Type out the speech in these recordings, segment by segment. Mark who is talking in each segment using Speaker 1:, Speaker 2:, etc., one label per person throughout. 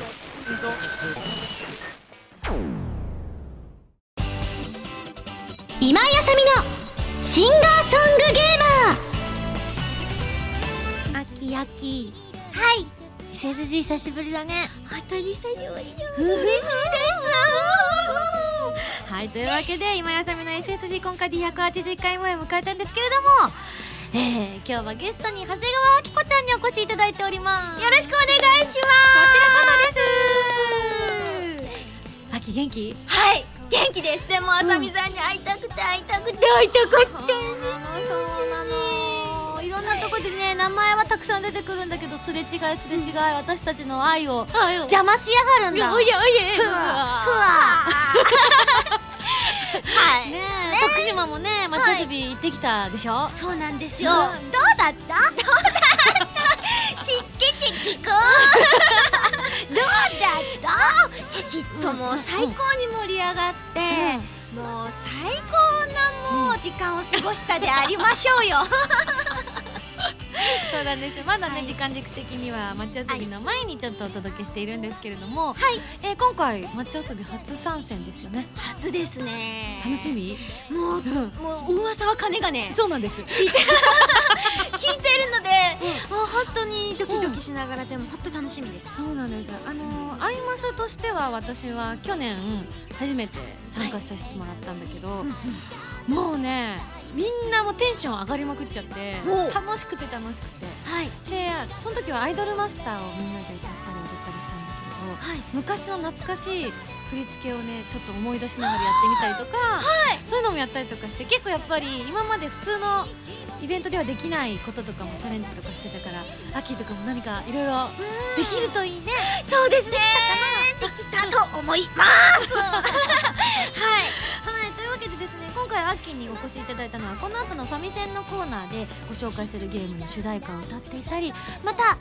Speaker 1: ド
Speaker 2: 今井あさみのシンガーソングゲーマーあきあきはい SSG 久しぶりだね本当に久しぶり嬉しいですはいというわけで今井あさみの SSG 今回で180回目を迎えたんですけれどもえー、今日はゲストに長谷川明子ちゃんにお越しいただいておりますよろしくお願いしますこちらこそですあき元気
Speaker 1: はい元気ですでもあさみさんに会いたくて会いたくて
Speaker 2: 会いたかったそうなのそうなのいろんなとこでね名前はたくさん出てくるんだけどすれ違いすれ違い、私たちの愛を
Speaker 1: 愛を
Speaker 2: 邪魔しやがるんだ
Speaker 1: おいえおいえ
Speaker 2: ふわふわ
Speaker 1: はい、
Speaker 2: ねえ徳島もね町遊び行ってきたでしょ、
Speaker 1: そうなんです
Speaker 2: よ
Speaker 1: よ、 どうだったどうだった知ってて聞こ うどうだったきっともう最高に盛り上がって、もう最高なもう時間を過ごしたでありましょうよ
Speaker 2: そうなんですまだね、
Speaker 1: はい
Speaker 2: 時間軸的には町遊びの前にちょっとお届けしているんですけれども、
Speaker 1: はい
Speaker 2: えー今回町遊び初参戦ですよね
Speaker 1: 初ですね
Speaker 2: 楽しみ、
Speaker 1: も
Speaker 2: う
Speaker 1: う
Speaker 2: ん
Speaker 1: もう噂は金がね
Speaker 2: そうなんです
Speaker 1: 聞いてるので、もう本当にドキドキしながらでも本当楽しみです、
Speaker 2: そうなんですあのアイマスとしては私は去年初めて参加させてもらったんだけど、もうねみんなもうテンション上がりまくっちゃって
Speaker 1: おう
Speaker 2: 楽しくて楽しくて
Speaker 1: はい
Speaker 2: でその時はアイドルマスターをみんなで歌ったり踊ったりしたんだけど
Speaker 1: はい
Speaker 2: 昔の懐かしい振り付けをねちょっと思い出しながらやってみたりとか、そういうのもやったりとかして結構やっぱり今まで普通のイベントではできないこととかもチャレンジとかしてたから秋とかも何かいろいろできるといいね。
Speaker 1: そうですねできたと思います
Speaker 2: はい、というわけでですね今回秋にお越しいただいたのはこの後のファミセンのコーナーでご紹介するゲームの主題歌を歌っていたりまた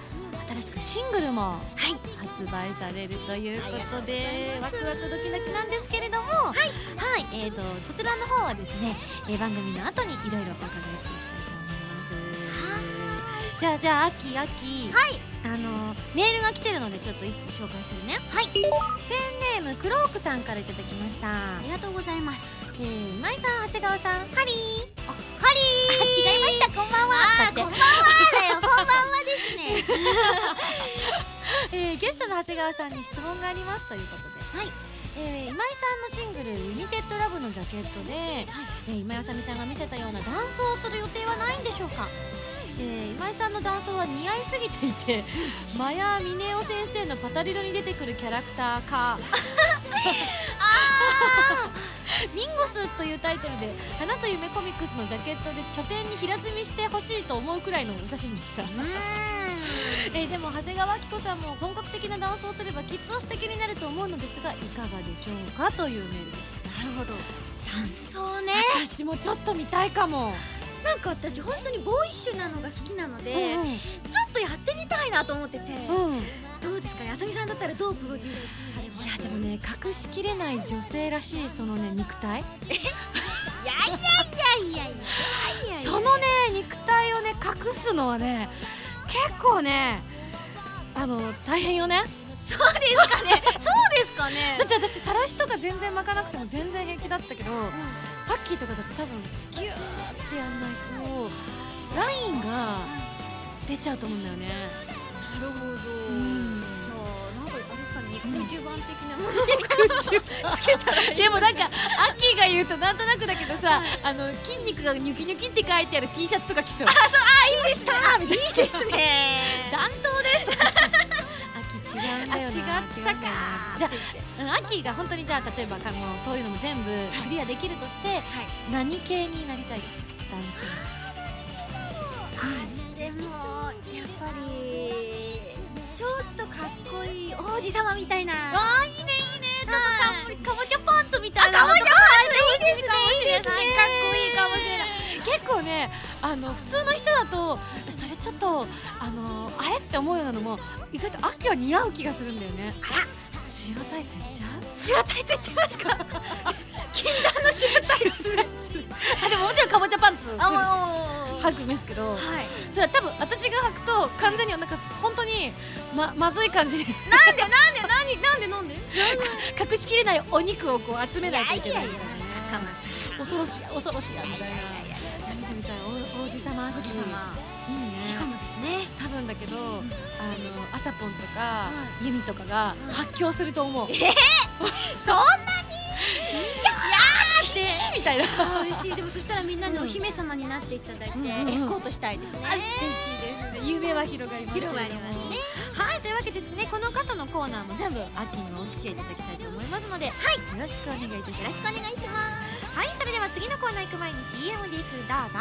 Speaker 2: 新しくシングルも
Speaker 1: はい
Speaker 2: 発売されるということでワクワクドキドキなんですけれどもはい、えー、とそちらの方はですね、えー番組の後にいろいろお伺いしていきたいと思いますじゃあじゃあ秋秋
Speaker 1: はい
Speaker 2: あのメールが来てるのでちょっと一つ紹介するね
Speaker 1: はい
Speaker 2: ペンネームクロークさんからいただきました
Speaker 1: ありがとうございます
Speaker 2: えー、まいさん長谷川さんハリー
Speaker 1: あハリ
Speaker 2: あ違いましたこんばんは
Speaker 1: あーこんばんは だよこんばんはですね
Speaker 2: えーゲストの長谷川さんに質問がありますということで
Speaker 1: はい
Speaker 2: えー、今井さんのシングル「ユニテッドラブのジャケットで、えー今井あさみさんが見せたようなダンスをする予定はないんでしょうか、えー今井さんのダンスは似合いすぎていて マヤミネオ先生のパタリロに出てくるキャラクターかミンゴスというタイトルで「花と夢コミックス」のジャケットで書店に平積みしてほしいと思うくらいのお写真でした
Speaker 1: うーん
Speaker 2: えーでも長谷川紀子さんも本格的なダンスをすればきっと素敵になると思うのですがいかがでしょうかというメールです
Speaker 1: なるほど男装ね
Speaker 2: 私もちょっと見たいかも、
Speaker 1: なんか私本当にボーイッシュなのが好きなので、ちょっとやってみたいなと思ってて、
Speaker 2: うんうん、い
Speaker 1: どうですかねあさみさんだったらどうプロデュースされます
Speaker 2: やでもね隠しきれない女性らしいそのね肉体
Speaker 1: いやいやいやいやいやいやいや
Speaker 2: そのね肉体をね隠すのはね結構ねあの大変よね
Speaker 1: そうですかねそうですかね
Speaker 2: だって私晒しとか全然巻かなくても全然平気だったけどパッキーとかだと多分ギューってやんないとラインが出ちゃうと思うんだよね
Speaker 1: なるほど
Speaker 2: ん
Speaker 1: じゃあなんかあれですかね肉中盤的なもの
Speaker 2: つけたらでもなんかアッキーが言うとなんとなくだけどさあの筋肉がニョキニョキって書いてある T シャツとか着 そうあそうあいいですたみたいないいです
Speaker 1: ね
Speaker 2: 断層ですとか秋違うんだ
Speaker 1: あ
Speaker 2: よな
Speaker 1: 違った
Speaker 2: 違
Speaker 1: か
Speaker 2: うんだよなじゃあうん秋が本当にじゃあ例えばかもうそういうのも全部クリアできるとして、何系になりたいです男
Speaker 1: あでもやっぱりちょっとかっこいい王子様みたいな
Speaker 2: 性わあいいねいいねちょっとかっこいいかぼちゃパンツみたいな
Speaker 1: かぼちゃパンツいいですねいいです
Speaker 2: か
Speaker 1: ね
Speaker 2: っこいいかもしれない結構ねあの普通の人だとそれちょっとあのあれって思うようなのも意外と秋は似合う気がするんだよね
Speaker 1: あら
Speaker 2: 白タイツいっちゃう
Speaker 1: 白タイツいっちゃいますか 禁断の白タイツ
Speaker 2: あでももちろんかぼちゃパンツ履
Speaker 1: あは
Speaker 2: くんですけど
Speaker 1: はい
Speaker 2: それは多分私が履くと完全になんか本当にままずい感じに
Speaker 1: なんでなんで何なんでなんで
Speaker 2: 隠しきれないお肉をこう集め
Speaker 1: い
Speaker 2: な
Speaker 1: や
Speaker 2: い
Speaker 1: い
Speaker 2: と
Speaker 1: や
Speaker 2: いけな
Speaker 1: いや
Speaker 2: い
Speaker 1: まさか
Speaker 2: 恐ろしや恐ろしやみ
Speaker 1: い
Speaker 2: た
Speaker 1: や
Speaker 2: い
Speaker 1: い
Speaker 2: な
Speaker 1: やいやいや
Speaker 2: 見てみたいお王子様
Speaker 1: おじさま
Speaker 2: いいね
Speaker 1: しかもですね
Speaker 2: 多分だけど、あの
Speaker 1: ん
Speaker 2: アサポンとか、ユミとかが
Speaker 1: うん
Speaker 2: 発狂すると思う、
Speaker 1: えそんな
Speaker 2: みたいな
Speaker 1: あー嬉しいでもそしたらみんなでお姫様になっていただいて、
Speaker 2: うんうんうん
Speaker 1: エスコートしたいですね、
Speaker 2: ですね夢は広がりますけれども
Speaker 1: 広がりますね
Speaker 2: はいというわけでですねこの方のコーナーも全部アッキーにもお付き合いいただきたいと思いますので、はい、よろしくお願いいたします
Speaker 1: よろしくお願いします
Speaker 2: はいそれでは次のコーナー行く前に CM ですどうぞ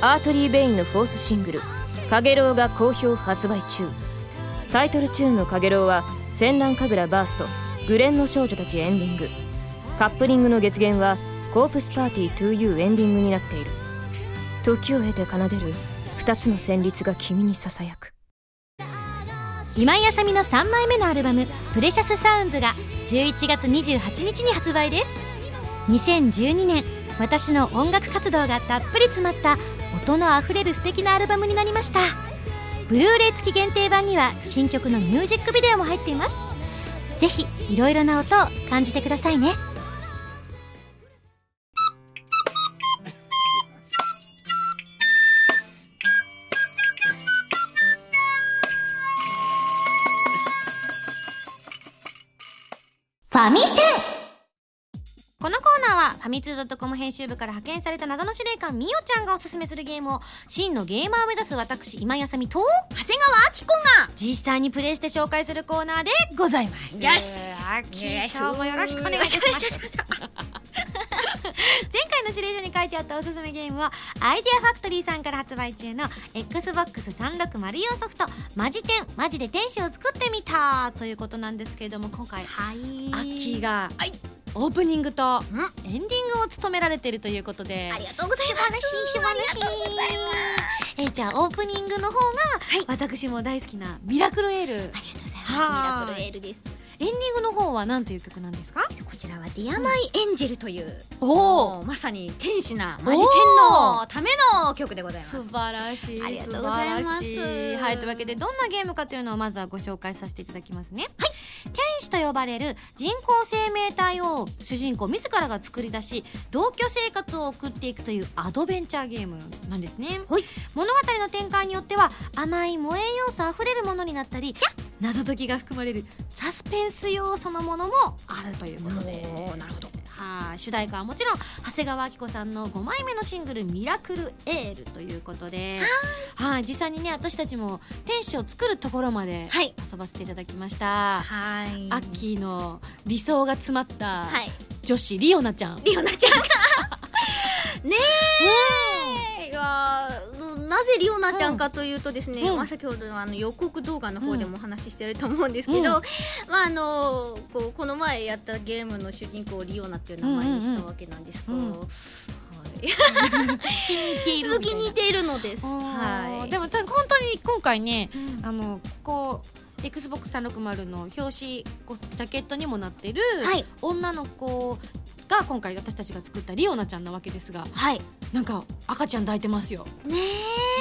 Speaker 3: アートリー・ベインのフォースシングル「かげろう」が好評発売中タイトルチューンの「かげろう」は「戦乱神楽バースト」「グレンの少女たち」エンディングカップリングの月限は「コープスパーティー 2U」エンディングになっている時を経て奏でる2つの旋律が君にささやく
Speaker 2: 今井あさみの3枚目のアルバム「プレシャスサウンズが11月28日に発売です2012年私の音楽活動がたっぷり詰まった音のあふれる素敵なアルバムになりましたブルーレイ付き限定版には新曲のミュージックビデオも入っていますぜひいろいろな音を感じてくださいねファミセこのコーナーはファミツー .com 編集部から派遣された謎の司令官みおちゃんがおすすめするゲームを真のゲーマーを目指す私今井あさみと
Speaker 1: 長谷川明子が
Speaker 2: 実際にプレイして紹介するコーナーでございます
Speaker 1: よし
Speaker 2: あー今日もよろしくお願いいたします前回の指令書に書いてあったおすすめゲームはアイデアファクトリーさんから発売中の XBOX360 ソフト「マジ天マジで天使を作ってみた」ということなんですけれども今回
Speaker 1: は
Speaker 2: ア
Speaker 1: い
Speaker 2: ッキーが
Speaker 1: はい
Speaker 2: オープニングと
Speaker 1: ん
Speaker 2: エンディングを務められているということで
Speaker 1: ありがとうございます
Speaker 2: 素晴らしい素晴らしい
Speaker 1: ありがとうございます
Speaker 2: えーじゃあオープニングの方が私も大好きな「ミラクルエール」エンデ
Speaker 1: ありがとうござい
Speaker 2: はーい
Speaker 1: ますミラクルエールです
Speaker 2: ィングの方は何という曲なんですか
Speaker 1: こちらは「ディアマイエンジェル」という、
Speaker 2: お
Speaker 1: もうまさに天使なマジ天のための曲でございます
Speaker 2: 素晴らしい
Speaker 1: ありがとうございます
Speaker 2: 素晴らしいはいというわけでどんなゲームかというのをまずはご紹介させていただきますねはい天使と呼ばれる人工生命体を主人公自らが作り出し同居生活を送っていくというアドベンチャーゲームなんですね、
Speaker 1: はい
Speaker 2: 物語の展開によっては甘い萌え要素あふれるものになったり謎解きが含まれるサスペンス要素のものもあるということで
Speaker 1: おーなるほど
Speaker 2: はい、主題歌はもちろん長谷川明子さんの5枚目のシングル「ミラクルエール」ということで、はい、実際にね私たちも天使を作るところまで
Speaker 1: はい
Speaker 2: 遊ばせていただきました。
Speaker 1: はい
Speaker 2: アッキーの理想が詰まった
Speaker 1: はい
Speaker 2: 女子、リオナちゃん。
Speaker 1: リオナ ちゃんがねえ、いやーなぜリオナちゃんかというとですね、
Speaker 2: うん
Speaker 1: まあ、先ほどのあの予告動画の方でもお話ししてると思うんですけど、
Speaker 2: うん
Speaker 1: まああのこうこの前やったゲームの主人公をリオナっていう名前にしたわけなんですが、
Speaker 2: うんうんうん
Speaker 1: はい、
Speaker 2: 気に入ってい
Speaker 1: 続きに似ているのです。はい。
Speaker 2: で
Speaker 1: も、
Speaker 2: もた本当に今回ね
Speaker 1: うん
Speaker 2: あのここ XBOX360 の表紙こうジャケットにもなってる、
Speaker 1: はい
Speaker 2: 女の子が今回私たちが作ったリオナちゃんなわけですが
Speaker 1: はい。
Speaker 2: なんか赤ちゃん抱いてますよ
Speaker 1: ね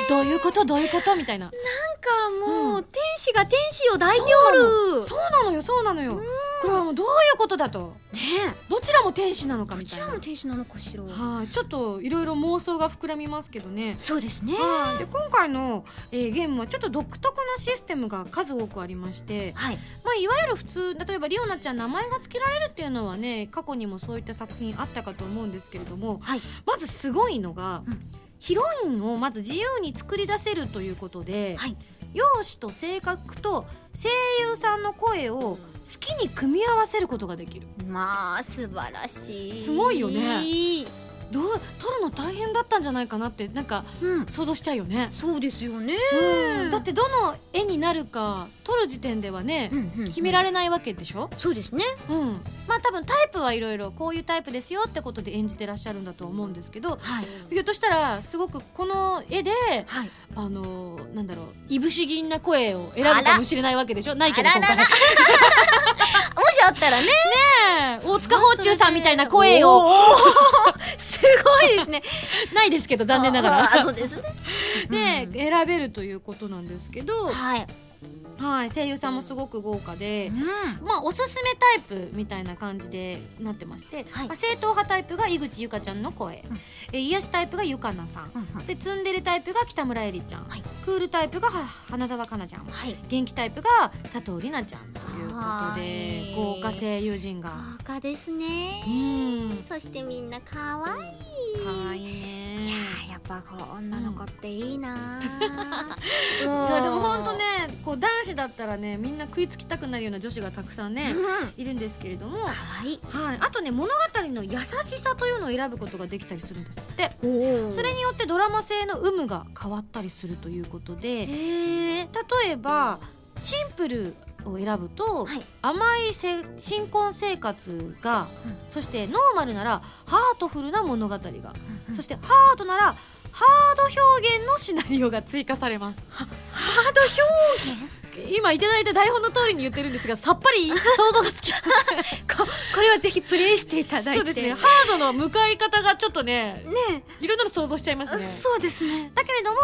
Speaker 2: どういうことどういうことみたいな
Speaker 1: え、なんかもう、
Speaker 2: うん
Speaker 1: 天使が天使を抱いておる。
Speaker 2: そうなのよそうなのよこれはもうどういうことだと
Speaker 1: ね
Speaker 2: どちらも天使なのか
Speaker 1: え、こ
Speaker 2: みた
Speaker 1: ち
Speaker 2: い
Speaker 1: ら
Speaker 2: な
Speaker 1: も天使なのかしら。
Speaker 2: はいちょっといろいろ妄想が膨らみますけどね
Speaker 1: そうですね。
Speaker 2: はいで今回の、えーゲームはちょっと独特なシステムが数多くありまして、
Speaker 1: はい。
Speaker 2: まあ、いわゆる普通例えばリオナちゃん名前が付けられるっていうのはね過去にもそういった作品あったかと思うんですけれども、
Speaker 1: はい
Speaker 2: まずすごいのが、
Speaker 1: うん
Speaker 2: ヒロインをまず自由に作り出せるということで、
Speaker 1: はい
Speaker 2: 容姿と性格と声優さんの声を好きに組み合わせることができる
Speaker 1: まあ、素晴らしい。
Speaker 2: すごいよね。どう撮るの大変だったんじゃないかなってなんか
Speaker 1: うん。
Speaker 2: 想像しちゃうよね、
Speaker 1: そうですよね。
Speaker 2: だってどの絵になるか撮る時点ではね、決めら
Speaker 1: れ。
Speaker 2: れないわけでしょ、
Speaker 1: そうですね。
Speaker 2: うん、まあ多分タイプはいろいろこういうタイプですよってことで演じてらっしゃるんだと思うんですけど
Speaker 1: はい。
Speaker 2: ひょっとしたらすごくこの絵で
Speaker 1: はい。
Speaker 2: あのーなんだろういぶし銀な声を選ぶかもしれないわけでしょないけど
Speaker 1: あら
Speaker 2: 今
Speaker 1: ら
Speaker 2: 回
Speaker 1: ら もしあったらね
Speaker 2: ねえ大塚芳忠さんみたいな声を
Speaker 1: おー
Speaker 2: すごいですねないですけど残念なが
Speaker 1: ああ
Speaker 2: ら
Speaker 1: そうですね
Speaker 2: ねえ選べるということなんですけど、
Speaker 1: はい
Speaker 2: はい、声優さんもすごく豪華で、
Speaker 1: ん
Speaker 2: まあ、おすすめタイプみたいな感じでなってまして、
Speaker 1: はい
Speaker 2: まあ、正統派タイプが井口ゆかちゃんの声、
Speaker 1: うん
Speaker 2: えー癒しタイプがゆかなさん、そしてツンデレタイプが北村えりちゃん、
Speaker 1: はい
Speaker 2: クールタイプがは花澤香菜ちゃん
Speaker 1: はい
Speaker 2: 元気タイプが佐藤里奈ちゃんということで
Speaker 1: はい
Speaker 2: 豪華声優陣が。
Speaker 1: 豪華ですね
Speaker 2: うん
Speaker 1: そしてみんな可愛い
Speaker 2: かわいい
Speaker 1: い
Speaker 2: ね
Speaker 1: やーやっぱこう女の子っていいな
Speaker 2: い
Speaker 1: い
Speaker 2: やでも本当ねこう男子だったらねみんな食いつきたくなるような女子がたくさんね、
Speaker 1: うん
Speaker 2: いるんですけれども、
Speaker 1: 可愛い
Speaker 2: はい、あとね物語の優しさというのを選ぶことができたりするんですってそ
Speaker 1: そ
Speaker 2: れによってドラマ性の有無が変わったりするということで例
Speaker 1: へえ
Speaker 2: えばシンプルを選ぶと、
Speaker 1: はい
Speaker 2: 甘いせ新婚生活が、
Speaker 1: うん
Speaker 2: そしてノーマルならハートフルな物語が、そ
Speaker 1: そ
Speaker 2: し
Speaker 1: して
Speaker 2: ハードならハード表現のシナリオが追加されます
Speaker 1: ハード表現
Speaker 2: 今いただいた台本の通りに言ってるんですがさっぱり想像がつきません ここれはぜひプレイしていただいて
Speaker 1: そうですね
Speaker 2: ハードの向かい方がちょっとね
Speaker 1: ね
Speaker 2: いろんなの想像しちゃいますね
Speaker 1: そうですね
Speaker 2: だけれども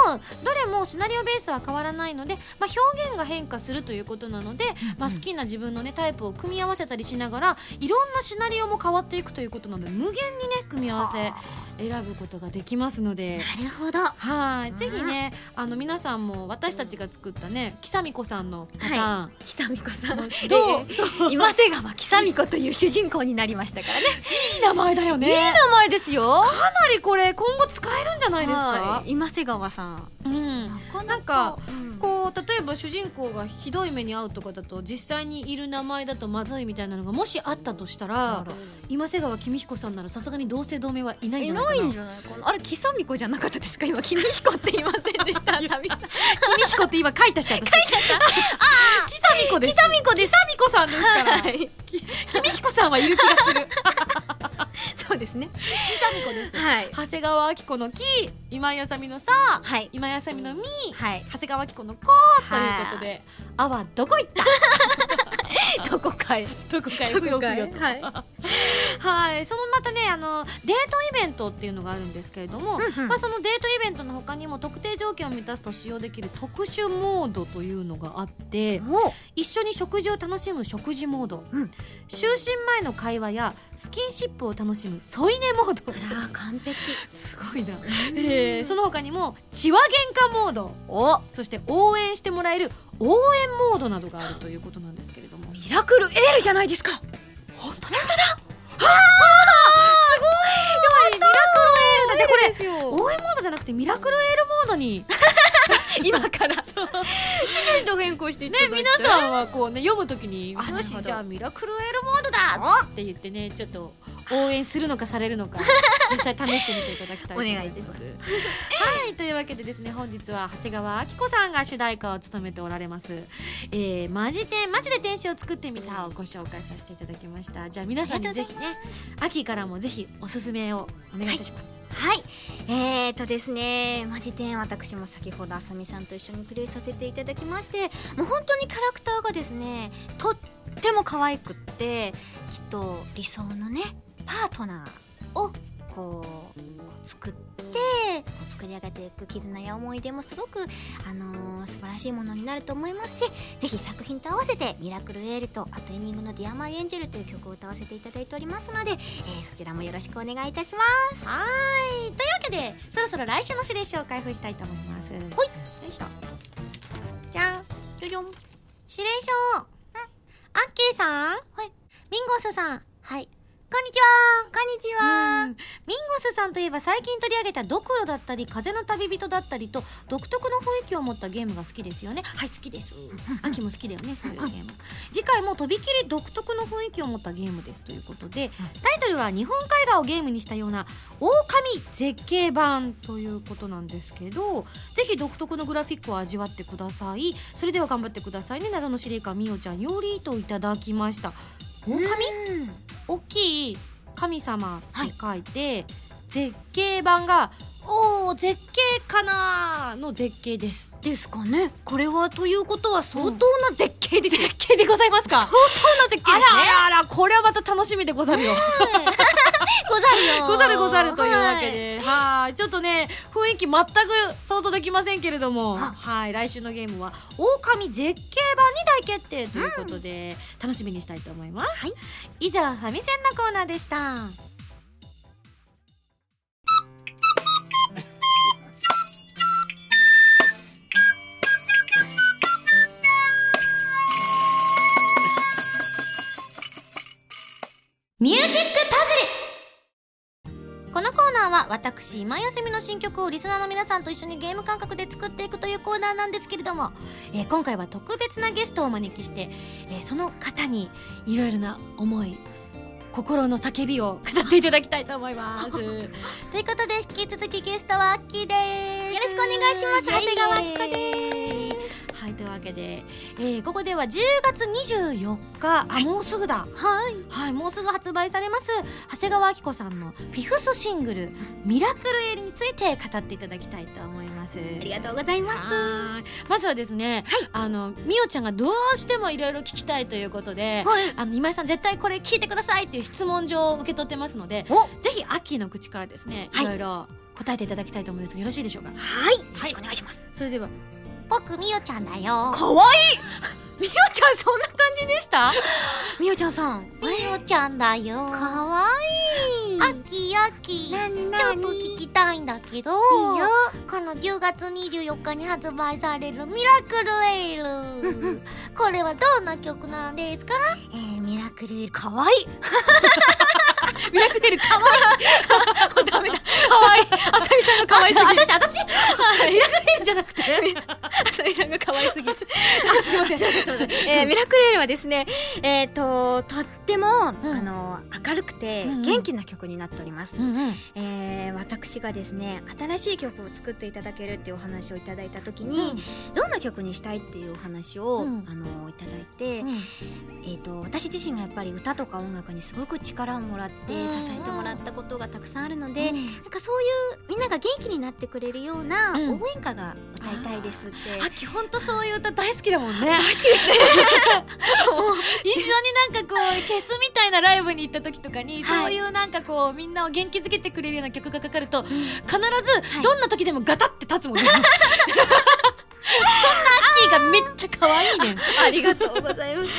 Speaker 2: どれもシナリオベースは変わらないので、まあ、表現が変化するということなので、まあ、好きな自分の、ね、タイプを組み合わせたりしながらいろんなシナリオも変わっていくということなので無限にね組み合わせ
Speaker 1: は
Speaker 2: 選ぶことができますので。
Speaker 1: なるほど
Speaker 2: はい、ぜひね、あの皆さんも私たちが作ったね、きさみこさんのパターン。
Speaker 1: 久美子さん
Speaker 2: ど
Speaker 1: ど
Speaker 2: う
Speaker 1: う、 今瀬川久美子という主人公になりましたからね
Speaker 2: いい名前だよね。やっ
Speaker 1: 名前ですよ
Speaker 2: ぱりこれ今後使えるんじゃないですか
Speaker 1: は。い今瀬川さん
Speaker 2: うん。なんか
Speaker 1: かこ
Speaker 2: こう例えば主人公がひどい目に遭うとかだと実際にいる名前だとまずいみたいなのがもしあったとしたら今瀬川公彦さんならさすがに同姓同名はいないんじ
Speaker 1: い
Speaker 2: ゃない
Speaker 1: な
Speaker 2: か
Speaker 1: い
Speaker 2: なん
Speaker 1: じゃないかなあれ久美子じゃなかったですか今君彦って言いませんで した久美さん
Speaker 2: 公彦って今書いた し私書いちゃったあ公子です
Speaker 1: 久美子です
Speaker 2: 公子さんですから
Speaker 1: はい
Speaker 2: 公彦さんはいる気がする
Speaker 1: そうですね
Speaker 2: 公子です
Speaker 1: はい
Speaker 2: 長谷川明子の木今井あさみのさ
Speaker 1: はい
Speaker 2: 今井あさみのみ
Speaker 1: はい
Speaker 2: 長谷川明子の子ということであはどこ行った
Speaker 1: どこかへ
Speaker 2: どこかへ
Speaker 1: ど
Speaker 2: ふよ
Speaker 1: こ
Speaker 2: ふ
Speaker 1: かへ
Speaker 2: よと
Speaker 1: はい
Speaker 2: はい、そのまたねあのデートイベントっていうのがあるんですけれども、
Speaker 1: うんうん
Speaker 2: まあ、そのデートイベントの他にも特定条件を満たすと使用できる特殊モードというのがあって
Speaker 1: お
Speaker 2: 一緒に食事を楽しむ食事モード、
Speaker 1: うん
Speaker 2: 就寝前の会話やスキンシップを楽しむ添い寝モード
Speaker 1: あら完璧
Speaker 2: すごいな、えーその他にも血は喧嘩モード
Speaker 1: お
Speaker 2: そして応援してもらえる応援モードなどがあるということなんですけれども
Speaker 1: ミラクルエールじゃないですか
Speaker 2: 本当だ
Speaker 1: ミラクルエールだじゃあこれ
Speaker 2: ですよ応援モードじゃなくてミラクルエールモード に
Speaker 1: 今からちょっと変更していただいて
Speaker 2: ね、皆さんはこうね読むときに
Speaker 1: あ
Speaker 2: よ
Speaker 1: なる
Speaker 2: し
Speaker 1: ほど
Speaker 2: じゃあミラクルエルモードだって言ってねちょっと応援するのかされるの か実際試してみていただきたいと思います
Speaker 1: お願いいたし ます
Speaker 2: はいというわけでですね本日は長谷川明子さんが主題歌を務めておられます、えー、マジでマジで天使を作ってみたをご紹介させていただきましたじゃあ皆さんにぜひね秋からもぜひおすすめをお願いいたします、
Speaker 1: はいえーとですねマジで私も先ほどあさみさんと一緒にプレイさせていただきましてもう本当にキャラクターがですねとっても可愛くってきっと理想のねパートナーをこうこう作ってこう作り上げていく絆や思い出もすごく、あのー素晴らしいものになると思いますしぜひ作品と合わせて「ミラクルエール」と「あとエニングの「ディアマイエンジェル」という曲を歌わせていただいておりますので、えーそちらもよろしくお願いいたします。
Speaker 2: はーいというわけでそろそろ来週の指令書を開封したいと思いますよ
Speaker 1: ほい
Speaker 2: いしょじゃん
Speaker 1: じゃじゃん
Speaker 2: 指令書うんアッキーさんはいミンゴスさんはいこんにちはこんにちはミンゴスさんといえば最近取り上げたドクロだったり風の旅人だったりと独特の雰囲気を持ったゲームが好きですよねはい好き です秋も好きだよねそういうゲーム次回もとびきり独特の雰囲気を持ったゲームですということでタイトルは日本絵画をゲームにしたような狼絶景版ということなんですけどぜひ独特のグラフィックを味わってくださいそれでは頑張ってくださいね謎の司令官みおちゃんよりといただきました狼
Speaker 1: うん
Speaker 2: 大きい神様って書いて、絶景版がおお絶景かなの絶景です
Speaker 4: ですかねこれはということは相当な絶景です、
Speaker 2: 絶景でございますか
Speaker 4: 相当な絶景
Speaker 2: あ
Speaker 4: で
Speaker 2: ら
Speaker 4: すね
Speaker 2: あらあらこれはまた楽しみでござるよ
Speaker 4: ござる よ
Speaker 2: ござるござるというわけで、はい、ちょっとね、雰囲気全く想像できませんけれども、
Speaker 4: は
Speaker 2: はい、来週のゲームは、狼絶景版に大決定ということで、楽しみにしたいと思います。はい。以上、ファミセンのコーナーでした。ミュージックパズルこのコーナーは私今休みの新曲をリスナーの皆さんと一緒にゲーム感覚で作っていくというコーナーなんですけれども、えー今回は特別なゲストをお招きして、えーその方にいろいろな思い心の叫びを語っていただきたいと思います ということで引き続きゲストはアッキーです
Speaker 4: よろしくお願いします長谷川アキコ
Speaker 2: ですはいというわけで、えーここでは10月24日あもうすぐだ
Speaker 4: はい
Speaker 2: はい、もうすぐ発売されます長谷川明子さんのフィフスシングル「ミラクルエリ」について語っていただきたいと思います。
Speaker 4: ありがとうございます
Speaker 2: はいまずはですね、あのみおちゃんがどうしてもいろいろ聞きたいということで、
Speaker 4: はい
Speaker 2: あの今井さん絶対これ聞いてくださいっていう質問状を受け取ってますので
Speaker 4: お
Speaker 2: ぜひアッキーの口からですね
Speaker 4: はい
Speaker 2: いろいろ答えていただきたいと思うんですがよろしいでしょうか
Speaker 4: はいよろしくお願いします
Speaker 2: それでは
Speaker 4: 僕みおちゃんだよ
Speaker 2: 可愛いみおちゃんそんな感じでしたみおちゃんさん
Speaker 4: みおちゃんだよ
Speaker 2: かわいい
Speaker 4: あきあき
Speaker 1: なにな
Speaker 4: ちょっ
Speaker 1: に
Speaker 4: と聞きたいんだけど
Speaker 1: いいよ
Speaker 4: この10月24日に発売される「ミラクルエール」これはどんな曲なんですか
Speaker 1: えー、ミラクルエールかわいい
Speaker 2: ミラクルエルかわいいダメだかわいいあさみさんがかわいすぎ
Speaker 1: 私私
Speaker 2: るミラクルエルじゃなくてあさみさんがかわいすぎるあすいません
Speaker 1: えー、ミラクルエールはですねえっ、ととっても、あの明るくて
Speaker 2: うんうん
Speaker 1: 元気な曲になっております、
Speaker 2: うんうん
Speaker 1: えー私がですね新しい曲を作っていただけるっていうお話をいただいた時に、どんな曲にしたいっていうお話を、
Speaker 2: うん
Speaker 1: あのいただいて、
Speaker 2: うん
Speaker 1: えー、と私自身がやっぱり歌とか音楽にすごく力をもらって
Speaker 2: うん
Speaker 1: 支
Speaker 2: うん
Speaker 1: えてもらったことがたくさんあるの
Speaker 2: で
Speaker 1: で、なんかそういうみんなが元気になってくれるような
Speaker 2: うん
Speaker 1: 応援歌が歌いたいですって、
Speaker 2: あきほんとそういう歌大好きだもんね大好きですね 一緒になんかこうフェスみたいなライブに行った時とかに、
Speaker 1: はい
Speaker 2: そういうなんかこうみんなを元気づけてくれるような曲がかかると、必
Speaker 1: は
Speaker 2: ず
Speaker 1: い
Speaker 2: どんな時でもガタって立つもん ね、そんなアッキーがめっちゃ可愛いねん
Speaker 1: ありがとうございます。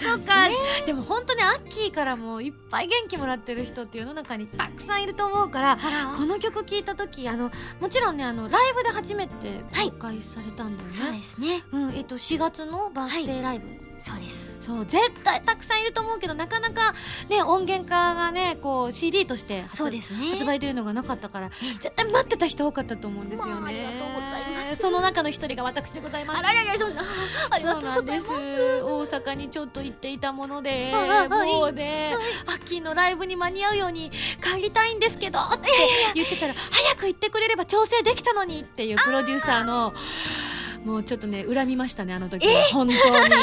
Speaker 2: あーそっかでも本当にアッキーからもいっぱい元気もらってる人って世の中にたくさんいると思うからこの曲聴いた時あのもちろんねあのライブで初めて公開されたんだよね、
Speaker 1: そうですね。
Speaker 2: うんえっと、4月のバースデーライブ、
Speaker 1: そうです。
Speaker 2: そう絶対たくさんいると思うけどなかなか、ね、音源化がねこう CD として発
Speaker 1: そうですね。
Speaker 2: 発売というのがなかったから絶対待ってた人多かったと思うんですよね、
Speaker 4: まあありがとうございます
Speaker 2: その中の一人が私でございます
Speaker 4: あらららそんなありがとうございます
Speaker 2: そうなんです大阪にちょっと行っていたもので
Speaker 4: ああはい
Speaker 2: もうね秋のライブに間に合うように帰りたいんですけどって言ってたら早く行ってくれれば調整できたのにっていうプロデューサーのもうちょっとね恨みましたねあの時は本当にど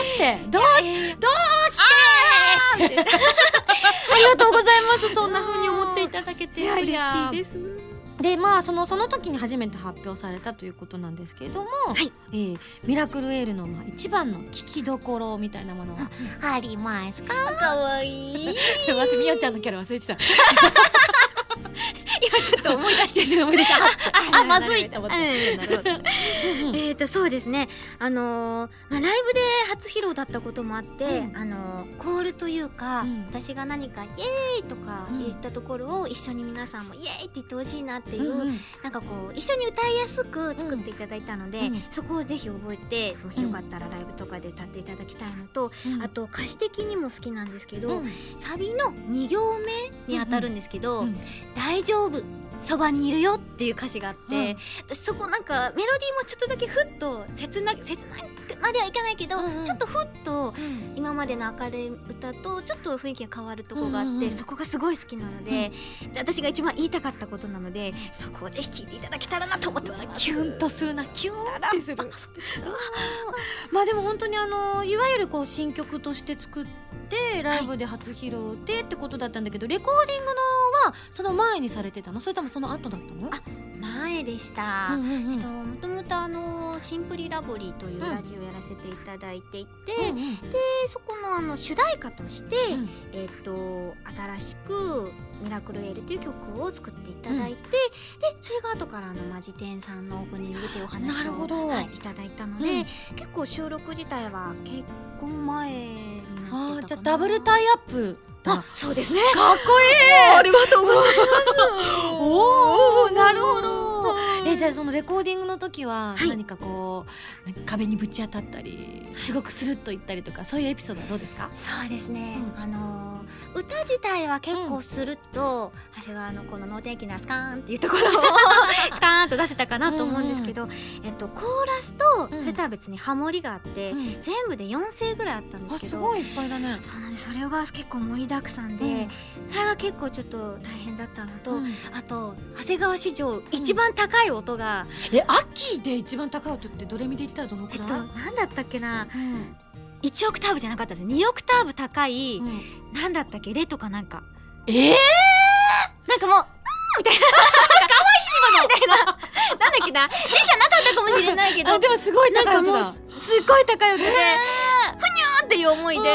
Speaker 2: うしてどうしてどうしてありがとうございますそんな風に思っていただけて
Speaker 1: いや
Speaker 2: そりゃ
Speaker 1: 嬉しいです。
Speaker 2: でまあそのその時に初めて発表されたということなんですけれども、
Speaker 1: い
Speaker 2: えーミラクルエールのまあ一番の聞きどころみたいなものは、
Speaker 4: ありますか
Speaker 1: 可愛いい。
Speaker 2: 忘れみよちゃんのキャラ忘れてた
Speaker 1: 今ちょっと思い出して。
Speaker 2: ちょっと思い出した
Speaker 1: あ
Speaker 2: まずい
Speaker 1: と思って。えっとそうですね。あのーまあライブで初披露だったこともあって、
Speaker 2: うん
Speaker 1: あのーコールというか、
Speaker 2: うん
Speaker 1: 私が何かイエーイとか
Speaker 2: うん
Speaker 1: 言ったところを一緒に皆さんもイエーイって言ってほしいなっていうう、
Speaker 2: んうん
Speaker 1: なんかこう一緒に歌いやすく作っていただいたので、
Speaker 2: うんうん
Speaker 1: そこをぜひ覚えてもしよかったらライブとかで歌っていただきたいのと、
Speaker 2: うん
Speaker 1: あと歌詞的にも好きなんですけど、
Speaker 2: うん
Speaker 1: サビの2行目に当たるんですけど「
Speaker 2: うんうん
Speaker 1: 大丈夫そばにいるよ」っていう歌詞があって、
Speaker 2: うん
Speaker 1: 私そこなんかメロディーもちょっとだけふっと切な切なくまではいかないけど、
Speaker 2: うんうん
Speaker 1: ちょっとふっと今までの明るい歌とちょっと雰囲気が変わるとこがあって、
Speaker 2: うんうんうん
Speaker 1: そこがすごい好きなので、で私が一番言いたかったことなのでそこをぜひ聴いていただけたらなと思ってます。
Speaker 2: キュンとするなキュンってするまあでも本当にあのいわゆるこう新曲として作ってライブで初披露でってことだったんだけど、レコーディングのその前にされてたのそれともその後だったの
Speaker 1: 前でした、
Speaker 2: うんうんうん
Speaker 1: えっともともとあのシンプリラボリーという
Speaker 2: うん
Speaker 1: ラジオやらせていただいていて、
Speaker 2: うんうん
Speaker 1: でそこのあの主題歌として、
Speaker 2: うん
Speaker 1: えっと新しく「ミラクルエール」という曲を作っていただいて、でそれが後からあのマジテンさんのオープニングというお話を
Speaker 2: なるほど
Speaker 1: はい、いただいたので、
Speaker 2: うん
Speaker 1: 結構収録自体は結婚前に
Speaker 2: あ
Speaker 1: なっ
Speaker 2: ー
Speaker 1: てたかな
Speaker 2: じゃあダブルタイアップだ
Speaker 1: あそうですね
Speaker 2: かっこいいありがとうございますおおなるほどえじゃあそのレコーディングの時は
Speaker 1: はい
Speaker 2: 何かこう、なんか壁にぶち当たったりすごくスルッといったりとかそういうエピソードはどうですか
Speaker 1: そうですね、
Speaker 2: う
Speaker 1: あのー歌自体は結構すると、あれがあのこの能天気なスカーンっていうところ をスカーンと出せたかなと思うんですけど、えっと、コーラスと
Speaker 2: うん
Speaker 1: それとは別にハモリがあって、全部で4声ぐらいあったんで
Speaker 2: あ
Speaker 1: すけ
Speaker 2: す
Speaker 1: ど
Speaker 2: ごいいっぱいだね
Speaker 1: そうなんですそれが結構盛りだくさんで、
Speaker 2: うん
Speaker 1: それが結構ちょっと大変だったのと、
Speaker 2: うん
Speaker 1: あと長谷川史上一番高い音が、
Speaker 2: え秋で一番高い音ってドレミで言ったらどのく
Speaker 1: えっ
Speaker 2: ら
Speaker 1: と
Speaker 2: い、
Speaker 1: 何だったっけな
Speaker 2: うん
Speaker 1: 1オクターブじゃなかったです2オクターブ高い、
Speaker 2: うん
Speaker 1: なんだったっけレとかなんか
Speaker 2: えー、
Speaker 1: なんかもう、うーみ たいな。かわいい今のみたいな。なんだっけな。絵じゃなかったかもしれないけど、
Speaker 2: あでもすごい
Speaker 1: なん
Speaker 2: 高い
Speaker 1: か
Speaker 2: 音
Speaker 1: もう
Speaker 2: だ
Speaker 1: す、すっごい高い音で、ふにゃーっていう思いで、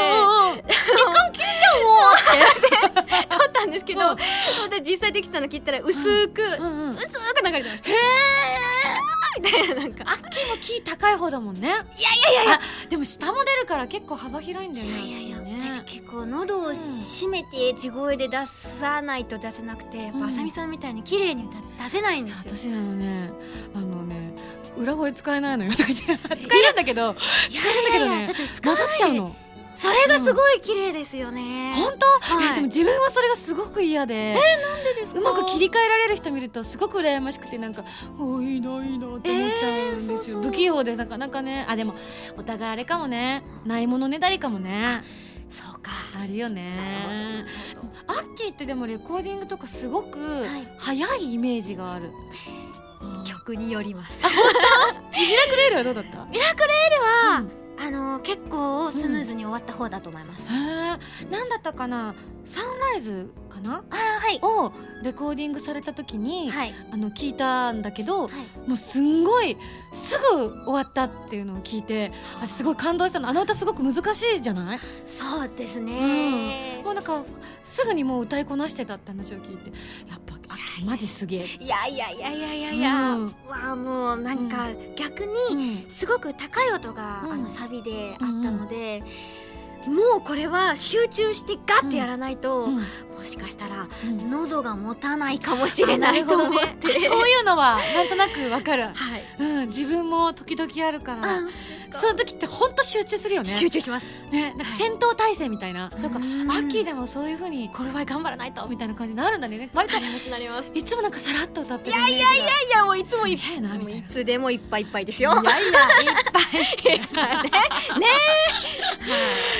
Speaker 1: 撮ったんですけど、
Speaker 2: うん
Speaker 1: で実際できたの聞いたら、薄く、
Speaker 2: うんうんうんうん
Speaker 1: 薄く流れてました。へーみたいな、なんか。
Speaker 2: 木高い方だもんねいやいやいやでも下も出るから結構幅広いんだよねね
Speaker 1: 私 結構喉を締めて地声で出さないと出せなくて、やっぱあさみさんみたいに綺麗に歌出せないん
Speaker 2: い
Speaker 1: で
Speaker 2: や
Speaker 1: すよ。
Speaker 2: 私あのねあのね裏声使えないのよとか言って使えるんだけど
Speaker 1: 使
Speaker 2: えるんだけどね
Speaker 1: だって使
Speaker 2: な
Speaker 1: わ
Speaker 2: ぞ
Speaker 1: な
Speaker 2: っ
Speaker 1: い
Speaker 2: ちゃう
Speaker 1: で
Speaker 2: の
Speaker 1: それがすごい綺麗ですよね。
Speaker 2: 本当、いやでも自分はそれがすごく嫌で
Speaker 1: なんでです
Speaker 2: うまく切り替えられる人見るとすごく羨ましくてなんかおいいないいなって思っちゃうんですよ、
Speaker 1: えーそうそう
Speaker 2: 不器用でなかなかねあでもお互いあれかもねないものねだりかもね
Speaker 1: そうか。
Speaker 2: あるよねアッキーってでもレコーディングとかすごく
Speaker 1: い
Speaker 2: 早いイメージがある、
Speaker 1: 曲によります。
Speaker 2: クレールはどうだった
Speaker 1: ミラクルエルは、
Speaker 2: うん
Speaker 1: あの結構スムーズに終わった方だと思います。
Speaker 2: へえ何だったかなサンライズかな
Speaker 1: あーはい。
Speaker 2: をレコーディングされた時に、
Speaker 1: はい。
Speaker 2: あの聞いたんだけど
Speaker 1: はい。
Speaker 2: もうすんごいすぐ終わったっていうのを聞いて私すごい感動したのあの歌すごく難しいじゃない
Speaker 1: そうですね。
Speaker 2: もうなんかすぐにもう歌いこなしてたって話を聞いてやっぱあマジすげえ、
Speaker 1: いやいやいやいやいやいや。
Speaker 2: うん
Speaker 1: わあもうなんか逆にすごく高い音が、
Speaker 2: うん
Speaker 1: あのサビであったので。もうこれは集中してガッてやらないと、
Speaker 2: うん
Speaker 1: もしかしたら
Speaker 2: うん
Speaker 1: 喉が持たないかもしれないと思って、
Speaker 2: あそういうのはなんとなくわかる、
Speaker 1: はい、
Speaker 2: うん、自分も時々あるから
Speaker 1: あ
Speaker 2: その時ってほんと集中するよね
Speaker 1: 集中します
Speaker 2: ねなんか戦闘態勢みたいな、そうかア
Speaker 1: ん
Speaker 2: ッキーでもそういうふうにこれは頑張らないとみたいな感じになるんだね割と
Speaker 1: りますなります
Speaker 2: いつもなんかさらっと歌ってるいやいやいや
Speaker 1: いやもういつもい
Speaker 2: すげえなみたいな
Speaker 1: つでもいっぱいいっぱいですよ。はい
Speaker 2: やいやいっぱいね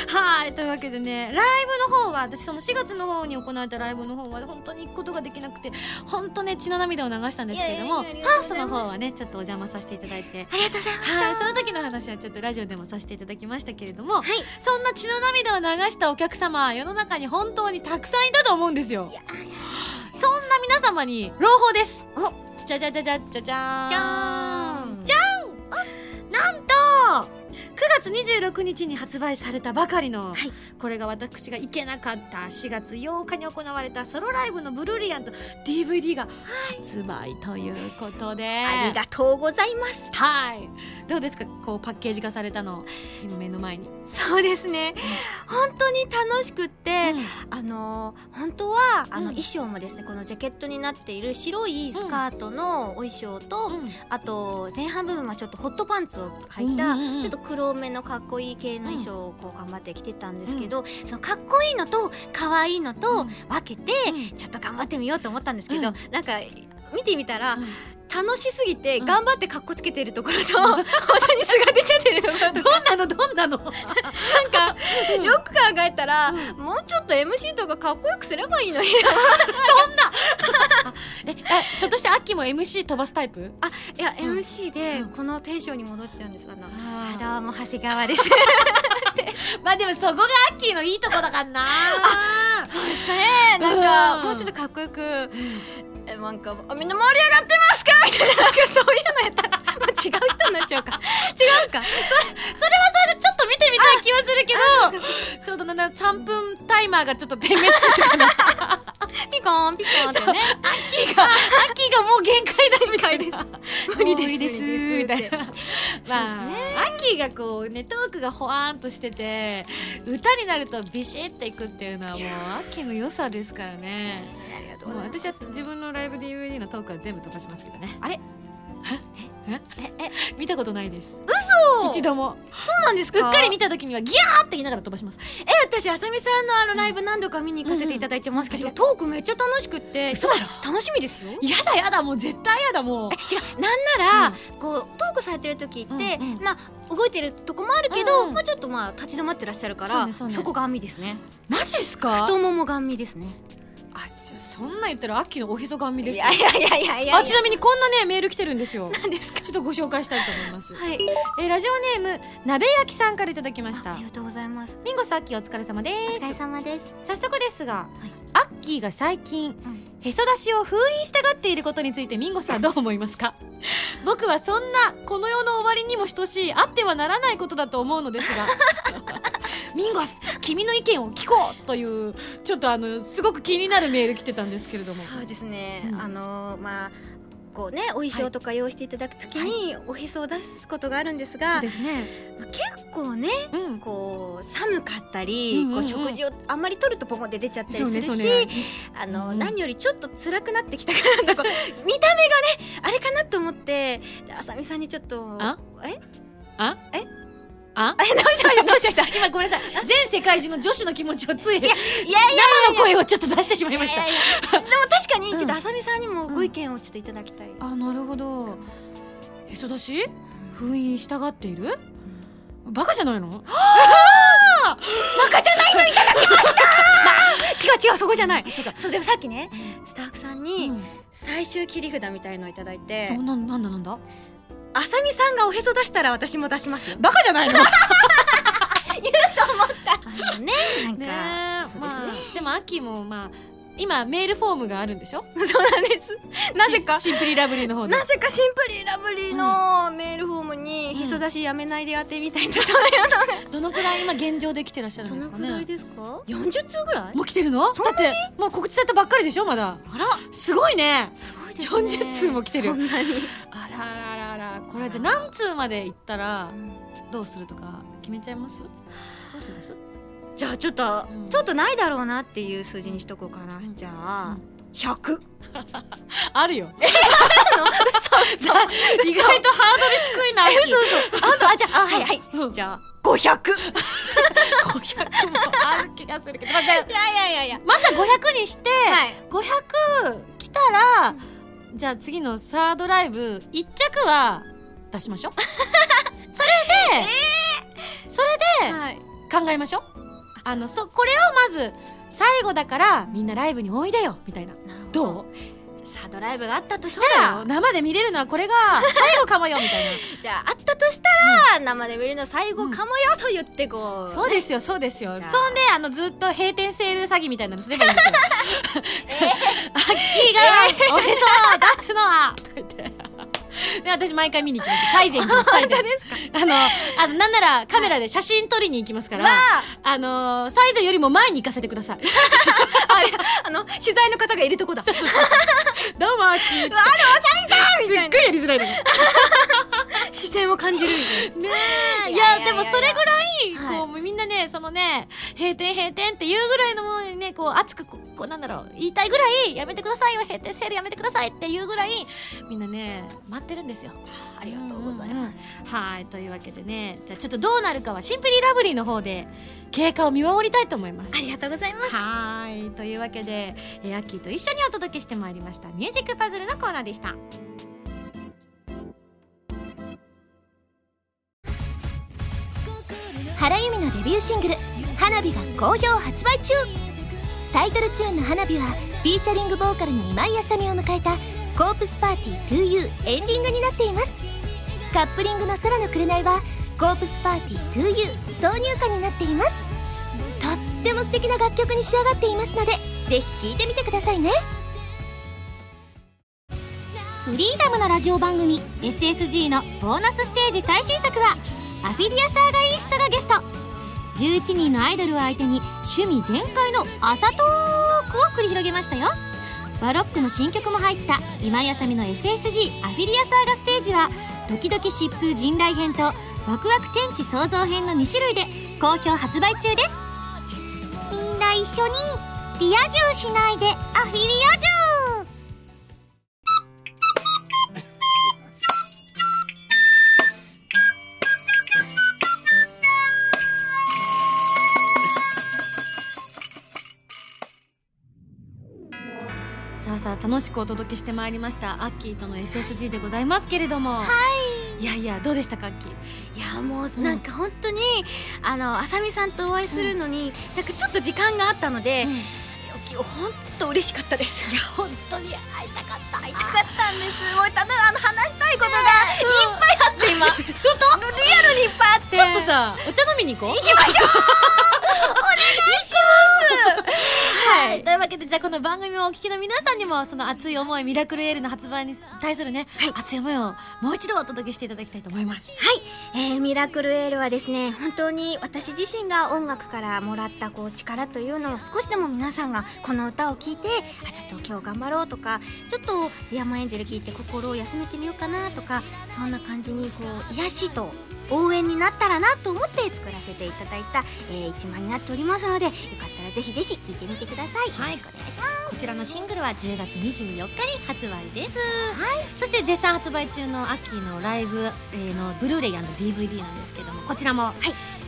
Speaker 2: はいというわけでねライブの方は私その4月の方に行われたライブの方は本当に行くことができなくて本当ね血の涙を流したんですけれども
Speaker 1: いやいやいや
Speaker 2: ファーストの方はねちょっとお邪魔させていただいて
Speaker 1: ありがとうございました。
Speaker 2: はい、その時の話はちょっとラジオでもさせていただきましたけれども、
Speaker 1: い
Speaker 2: そんな血の涙を流したお客様世の中に本当にたくさんいたと思うんですよそんな皆様に朗報ですじゃじゃじゃじゃじゃじ
Speaker 1: じ
Speaker 2: ゃ
Speaker 1: ゃ
Speaker 2: ー
Speaker 1: ー
Speaker 2: ん
Speaker 1: ん
Speaker 2: じゃんなんと9月26日に発売されたばかりの、
Speaker 1: はい
Speaker 2: これが私が行けなかった4月8日に行われたソロライブのブルーリアンと DVD が発売ということで、
Speaker 1: ありがとうございます。
Speaker 2: はい。どうですか、こうパッケージ化されたの、今目の前に。
Speaker 1: そうですね。本当に楽しくって、あの本当はあの
Speaker 2: うん
Speaker 1: 衣装もですね、このジャケットになっている白いスカートのお衣装と、あと前半部分はちょっとホットパンツを履いた、
Speaker 2: うんうんうん
Speaker 1: ちょっと黒めのかっこいい系の衣装をこう頑張って着てたんですけど、そのかっこいいのと可愛いのと分けて、ちょっと頑張ってみようと思ったんですけど、
Speaker 2: うん
Speaker 1: なんか見てみたら、
Speaker 2: うん
Speaker 1: 楽しすぎて
Speaker 2: うん
Speaker 1: 頑張ってかっこつけてるところと、本当に素が出ちゃってるところと
Speaker 2: どんなのどんなのうん
Speaker 1: よく考えたら、もうちょっと MC とかかっこよくすればいいのに
Speaker 2: ええひょっとしてアッキーも MC 飛ばすタイプ
Speaker 1: いや
Speaker 2: うん
Speaker 1: MC で
Speaker 2: うん
Speaker 1: このテンションに戻っちゃうんですあの、
Speaker 2: あー
Speaker 1: どうも長谷川です
Speaker 2: まあでもそこがアッキーのいいとこだからな
Speaker 1: そうですかねなん
Speaker 2: う
Speaker 1: か
Speaker 2: ん
Speaker 1: もうちょっとかっこよくえなんかあみんな盛り上がってますかみたいななんかそういうのやったらもう違う人になっちゃうか違う
Speaker 2: そ
Speaker 1: か
Speaker 2: れはそれでちょっと見てみたい気はするけどそうだなな3分タイマーがちょっと点滅するからアッ
Speaker 1: ピコンピコンってね
Speaker 2: キーがアッキーがもう限界だみたいな
Speaker 1: 無理です
Speaker 2: もう無理です
Speaker 1: 無理
Speaker 2: み
Speaker 1: で
Speaker 2: た
Speaker 1: す
Speaker 2: いなまあ、アッキーがこうねトークがほわーんとしてて歌になるとビシッていくっていうのはもうアッキーの良さですからね
Speaker 1: ありがとう
Speaker 2: も
Speaker 1: ご
Speaker 2: う
Speaker 1: ざいます
Speaker 2: 私は自分のライブ DVD のトークは全部飛ばしますけどね
Speaker 1: あれ
Speaker 2: ええ見たことないです
Speaker 1: そう
Speaker 2: 一度も
Speaker 1: そうなんです
Speaker 2: うっ
Speaker 1: うっ
Speaker 2: か
Speaker 1: か
Speaker 2: り
Speaker 1: り
Speaker 2: 見
Speaker 1: 見
Speaker 2: た時にはギャーって言いながら飛ばします
Speaker 1: え私あさみさんのあのライブ何度か見に行かせていただいてますけど、
Speaker 2: うん
Speaker 1: トークめっちゃ楽しくって
Speaker 2: 嘘だろ
Speaker 1: 楽しみですよ
Speaker 2: やだやだもう絶対やだもう
Speaker 1: え違うなんなら、こうトークされてる時って、
Speaker 2: うんうん
Speaker 1: まあ動いてるとこもあるけど、
Speaker 2: うんうん
Speaker 1: まあちょっとまあ立ち止まってらっしゃるから
Speaker 2: そう
Speaker 1: そ
Speaker 2: ねそうね
Speaker 1: こがんみですね
Speaker 2: マジっすか
Speaker 1: 太ももがんみですね
Speaker 2: あちょそんなん言ったらアッキーのおへそがんみですよ
Speaker 1: いやいやいやい
Speaker 2: あちなみにこんなねメール来てるんですよ
Speaker 1: なんですか
Speaker 2: ちょっとご紹介したいと思います、
Speaker 1: はい
Speaker 2: えーラジオネーム鍋焼きさんからいただきまし
Speaker 1: あ
Speaker 2: た
Speaker 1: りがとうございます
Speaker 2: ミンゴさんアッキーお疲れ様で
Speaker 1: お
Speaker 2: す
Speaker 1: 疲れ様です
Speaker 2: 早速ですが、
Speaker 1: はい
Speaker 2: アッキーが最近、
Speaker 1: ん
Speaker 2: へそ出しを封印したがっていることについてミンゴさんどう思います か僕はそんなこの世の終わりにも等しいあってはならないことだと思うのです がミンゴス君の意見を聞こうというちょっとあのすごく気になるメール来てたんですけれども
Speaker 5: そうですね、
Speaker 2: うん
Speaker 5: あのまあこうねお衣装とか用意していただくときにおへそを出すことがあるんですが、
Speaker 2: そうですね
Speaker 5: まあ結構ね
Speaker 2: うん
Speaker 5: こう寒かったり、
Speaker 2: うんうん
Speaker 5: こ
Speaker 2: うん
Speaker 5: う食事をあんまり取るとポコンって出ちゃった
Speaker 2: そ
Speaker 5: り
Speaker 2: う
Speaker 5: す
Speaker 2: ね
Speaker 5: る
Speaker 2: そう
Speaker 5: し、
Speaker 2: ね
Speaker 5: あの、
Speaker 2: うん
Speaker 5: 何よりちょっと辛くなってきたから なんかこう見た目がねあれかなと思ってであさみさんにちょっと
Speaker 2: あ
Speaker 5: え
Speaker 2: あ
Speaker 5: あどうしましたどうしました
Speaker 2: 今ごめん なさい全世界中の女子の気持ちをつい
Speaker 5: いやいや
Speaker 2: 生の声をちょっと出してしまいました
Speaker 5: いやいやでも確かに
Speaker 2: うん
Speaker 5: ちょっとあさみさんにもご意見をちょっといただきたい、
Speaker 2: あなるほどへそ出し封印したがっている バカじゃないの
Speaker 5: バカじゃないのいただきました 違う違うそこじゃない
Speaker 2: そうか
Speaker 5: そうでもさっきねスタッフさん
Speaker 2: う
Speaker 5: に
Speaker 2: ん
Speaker 5: 最終切り札みたいのをいただいて
Speaker 2: どんなんなんだなんだ
Speaker 5: あさみさんがおへそ出したら私も出しますよ
Speaker 2: バカじゃないの
Speaker 5: あのねなんか、そうですね
Speaker 2: まあでもアッキーもまあ今メールフォームがあるんでしょ
Speaker 5: そうなんですなぜか
Speaker 2: シシンプリラブリーの方で
Speaker 5: なぜかシンプリーラブリーのメールフォームに
Speaker 2: う
Speaker 5: 「
Speaker 2: ん
Speaker 5: へそ出しやめないでやって」みたいな、そんなよ
Speaker 2: どのくらい今現状できてらっしゃるん
Speaker 5: う
Speaker 2: で
Speaker 5: な
Speaker 2: す
Speaker 5: ど
Speaker 2: か
Speaker 5: のくらい
Speaker 2: ね
Speaker 5: ですか40通ぐらい
Speaker 2: もう来てるのだってもう告知されたばっかりでしょまだ
Speaker 5: あら
Speaker 2: すごいね
Speaker 5: すごいですね
Speaker 2: 40通も来て
Speaker 5: そ
Speaker 2: る
Speaker 5: んなに、
Speaker 2: あらあらあらあらこれじゃあ何通まで行ったらどうするとか決めちゃいますどうします
Speaker 5: じゃあちょっと、
Speaker 2: うん
Speaker 5: ちょっとないだろうなっていう数字にしとこうかな、じゃあ、100
Speaker 2: ある よ。意外とハードル低いな。
Speaker 5: そうそうあとあじゃああはいはい
Speaker 2: うん
Speaker 5: じゃあ500
Speaker 2: 500もある気がするけど、まあ、じゃ
Speaker 5: いやいやいやいや
Speaker 2: あまずは500にして、
Speaker 5: はい
Speaker 2: 500来たらじゃあ次のサードライブ1着は出しまし ょうそれで、それで
Speaker 5: はい
Speaker 2: 考えましょうあのそこれをまず最後だからみんなライブにおいでよみたいな
Speaker 5: なるほ
Speaker 2: どう
Speaker 5: じゃあサードライブがあったとし
Speaker 2: だ
Speaker 5: た
Speaker 2: から
Speaker 5: ら
Speaker 2: 生で見れるのはこれが最後かもよみたいな
Speaker 5: じゃああったとしたら、生で見るの最後かもよと言ってこう、
Speaker 2: そうですよ、そうですよ。そん
Speaker 5: じ
Speaker 2: で
Speaker 5: ゃあ、
Speaker 2: あの、ずっと閉店セール詐欺みたいなのすればいいん ですよ。アッキーが、おへそを出すのはとか言って。 で、私毎回見に行きます。最前行きます、最前。あの、あの、なんならカメラで写真撮りに行きますから、あの、最前よりも前に行かせてくださ い。
Speaker 5: あの取材の方がいるとこだ
Speaker 2: どうも、アッキー。あれ、わさみさんすっごいやりづらい の。ね
Speaker 5: 視線を感じるみたいな
Speaker 2: え。い
Speaker 5: いや
Speaker 2: や、
Speaker 5: いやいや
Speaker 2: でもそれぐらい、
Speaker 5: はい
Speaker 2: こう、もうみんなね、そのね、閉店閉店っていうぐらいのものにね、こう、熱くこう、こう、なんだろう、言いたいぐらい、やめてくださいよ、閉店セールやめてくださいっていうぐらい、みんなね、待ってるんですよ。
Speaker 5: ありがとうございます。
Speaker 2: はい、というわけでね、じゃあちょっとどうなるかは、シンプリラブリーの方で、経過を見守りたいと思います。
Speaker 5: ありがとうございます。
Speaker 2: はい、というわけで、えー、アッキーと一緒にお届けしてまいりました、ミュージックパズルのコーナーでした。
Speaker 4: 原由美のデビューシングル「花火」が好評発売中タイトルチューンの「花火」はフィーチャリングボーカルに今井あさみを迎えた「コープスパーティー 2U」エンディングになっていますカップリングの「空の紅」は「コープスパーティー 2U」挿入歌になっていますとっても素敵な楽曲に仕上がっていますのでぜひ聴いてみてくださいね
Speaker 2: フリーダムのラジオ番組 SSG のボーナスステージ最新作はアフィリアサーガイーストがゲスト11人のアイドルを相手に趣味全開の朝トークを繰り広げましたよバロックの新曲も入った今井あさみの SSG アフィリアサーガステージはドキドキ疾風陣雷編とワクワク天地創造編の2種類で好評発売中ですみんな一緒にリア充しないでアフィリア充さあさあ楽しくお届けしてまいりましたアッキーとの SSG でございますけれどもはいいやいやどうでしたかアッキー
Speaker 1: いやもう
Speaker 2: うん
Speaker 1: なんか本当に、あのあさみさんとお会いするのに、なんかちょっと時間があったので、
Speaker 2: うん
Speaker 1: 本当嬉しかったです。いや本当に会いたかった。会いたかったんです。もうただあの話したいことがいっぱいあって今。 ちょっとリアルにいっぱいあって。
Speaker 2: ちょっとさお茶飲みに行こう行きまし ょうお願いしますはい、というわけでじゃあこの番組をお聞きの皆さんにもその熱い思いミラクルエールの発売に対するね、熱い思いをもう一度お届けしていただきたいと思います
Speaker 1: えーミラクルエールはですね本当に私自身が音楽からもらったこう力というのを少しでも皆さんがこの歌を聴いてあちょっと今日頑張ろうとかちょっと「ディアマエンジェル」聴いて心を休めてみようかなとかそんな感じにこう癒しと応援になったらなと思って作らせていただいた、えー一枚になっておりますのでよかったらぜひぜひ聴いてみてください、
Speaker 2: はい
Speaker 1: よろしくお願いします
Speaker 2: こちらのシングルは10月24日に発売です、そして絶賛発売中の秋のライブえーのブルーレイ &DVD なんですけどもこちらも、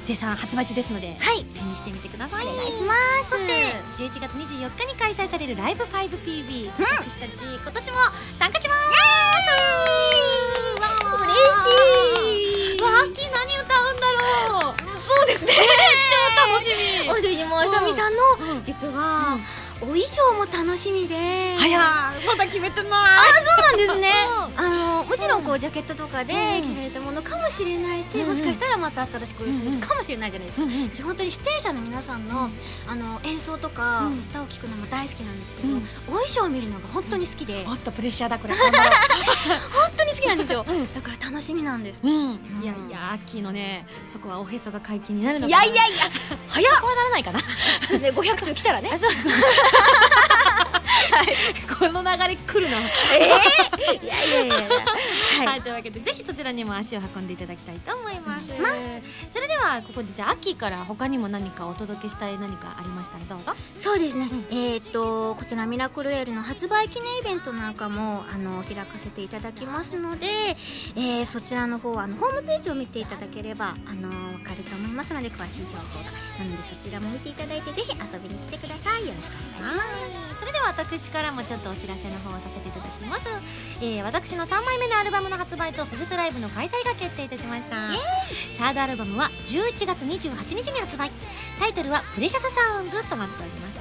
Speaker 2: 絶賛発売中ですので、
Speaker 1: はい
Speaker 2: 手にしてみてください
Speaker 1: お願いします
Speaker 2: そして11月24日に開催されるライブ 5PB、私たち今年も参加します嬉しいわー秋何歌うんだろうそうですね超楽しみ
Speaker 1: おでもあさみさんの、
Speaker 2: うん
Speaker 1: 実は、お衣装も楽しみで
Speaker 2: 早いまだ決めてない
Speaker 1: そうなんですね。あのもちろんこうジャケットとかで着られたものかもしれないし、
Speaker 2: うん
Speaker 1: もしかしたらまた新しくお寄せ
Speaker 2: うんうん
Speaker 1: かもしれないじゃないですか。私本当に出演者の皆さんの、あの演奏とか
Speaker 2: うん
Speaker 1: 歌を聴くのも大好きなんですけど、
Speaker 2: うん
Speaker 1: お衣装を見るのが本当に好きで、
Speaker 2: も
Speaker 1: 本
Speaker 2: っとプレッシャーだこれ
Speaker 1: 当に好きなんですよ。だから楽しみなんです。
Speaker 2: うんいやいや秋のねそこはおへそが解禁になるの
Speaker 1: い
Speaker 2: かな
Speaker 1: やいやいや、
Speaker 2: 早っそこはならないかな
Speaker 1: そうですね、500通来たらね。
Speaker 2: この流れ来るのは
Speaker 1: え えいやいやいやいや。
Speaker 2: い、
Speaker 1: はい。
Speaker 2: というわけでぜひそちらにも足を運んでいただきたいと思います
Speaker 1: お願い
Speaker 2: それではここでじゃあ秋から他にも何かお届けしたい何かありましたらどうぞ
Speaker 1: そうですね、えーっとこちらミラクルエールの発売記念イベントなんかもあの開かせていただきますので、えーそちらの方はあのホームページを見ていただければあのわかると思いますので詳しい情報がなのでそちらも見ていただいてぜひ遊びに来てくださいよろしくお願いします
Speaker 2: それでは私からもちょっとお知らせの方をさせていただきます、えー私の3枚目のアルバムの発売とフェスライブの開催が決定いたしましたサードアルバムは11月28日に発売タイトルは「プレシャスサウンズ」となっております、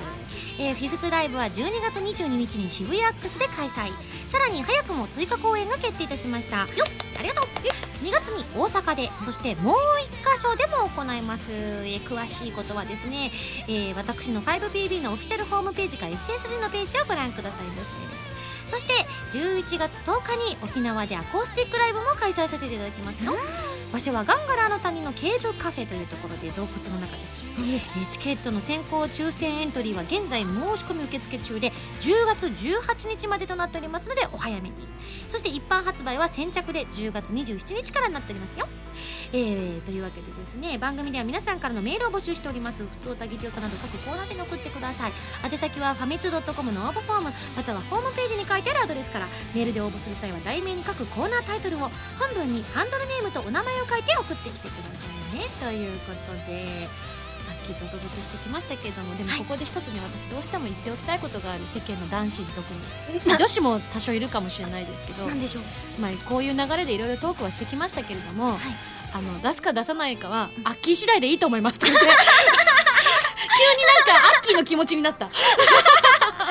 Speaker 2: えーフィフスライブは12月22日に渋谷アックスで開催さらに早くも追加公演が決定いたしましたよっありがとう2月に大阪でそしてもう1箇所でも行います、えー詳しいことはですねえー私の 5PB のオフィシャルホームページか SSG のページをご覧くださいませそして11月10日に沖縄でアコースティックライブも開催させていただきますよ場所はガンガラの谷のケーブカフェというところで洞窟の中です、えーチケットの先行抽選エントリーは現在申し込み受付中で10月18日までとなっておりますのでお早めにそして一般発売は先着で10月27日からになっておりますよえー、というわけでですね番組では皆さんからのメールを募集しております普通おたぎりおたなど各コーナーで送ってください宛先はファミツー .com の応募フォームまたはホームページに書いてあるアドレスからメールで応募する際は題名に各コーナータイトルを本文にハンドルネームとお名前を書いて送ってきてくださいねということでさっきとお届けしてきましたけれどもでもここで一つね私どうしても言っておきたいことがある世間の男子に特に女子も多少いるかもしれないですけど
Speaker 1: なんでしょう
Speaker 2: まあ、こういう流れでいろいろトークはしてきましたけれども、あの出すか出さないかはアッキー次第でいいと思いますって言って急になんかアッキーの気持ちになったあり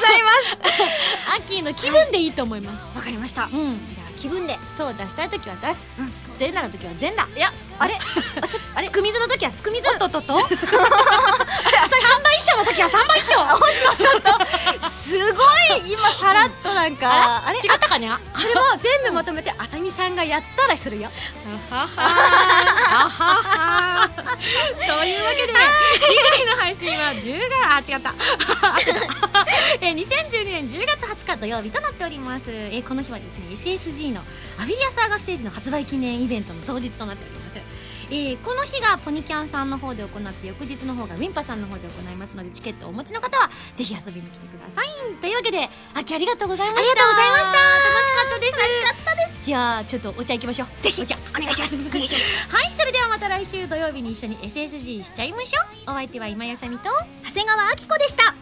Speaker 2: がとうございますアッキーの気分でいいと思います、
Speaker 1: わかりました
Speaker 2: うん
Speaker 1: じゃあ気分で
Speaker 2: そう出したい時は出す、
Speaker 1: うん
Speaker 2: 全裸の時は全 裸いや
Speaker 1: あれあちょっとあれ
Speaker 2: すくみずの時はすくみずおっとっとっと三倍以上の時は三倍以 上
Speaker 1: すごい今さらっとなんかあれ
Speaker 2: 違ったかにゃ
Speaker 1: それも全部まとめてあさみさんがやったらするよ
Speaker 2: ははははというわけで次回の配信は10月あ違 ったえー2012年10月20日土曜日となっておりますえーこの日はですね SSG のアフィリアサーガステージの発売記念イベントの当日となっておりますえーこの日がポニキャンさんの方で行って翌日の方がウィンパさんの方で行いますのでチケットをお持ちの方はぜひ遊びに来てくださいというわけで秋ありがとうございましたありがとうございました楽しかったです楽しかったですじゃあちょっとお茶行きましょうぜひお茶
Speaker 1: お願いしますお 願いします
Speaker 2: はいそれではまた来週土曜日に一緒に SSG しちゃいましょうお相手は今やさみと
Speaker 1: 長谷川明子でした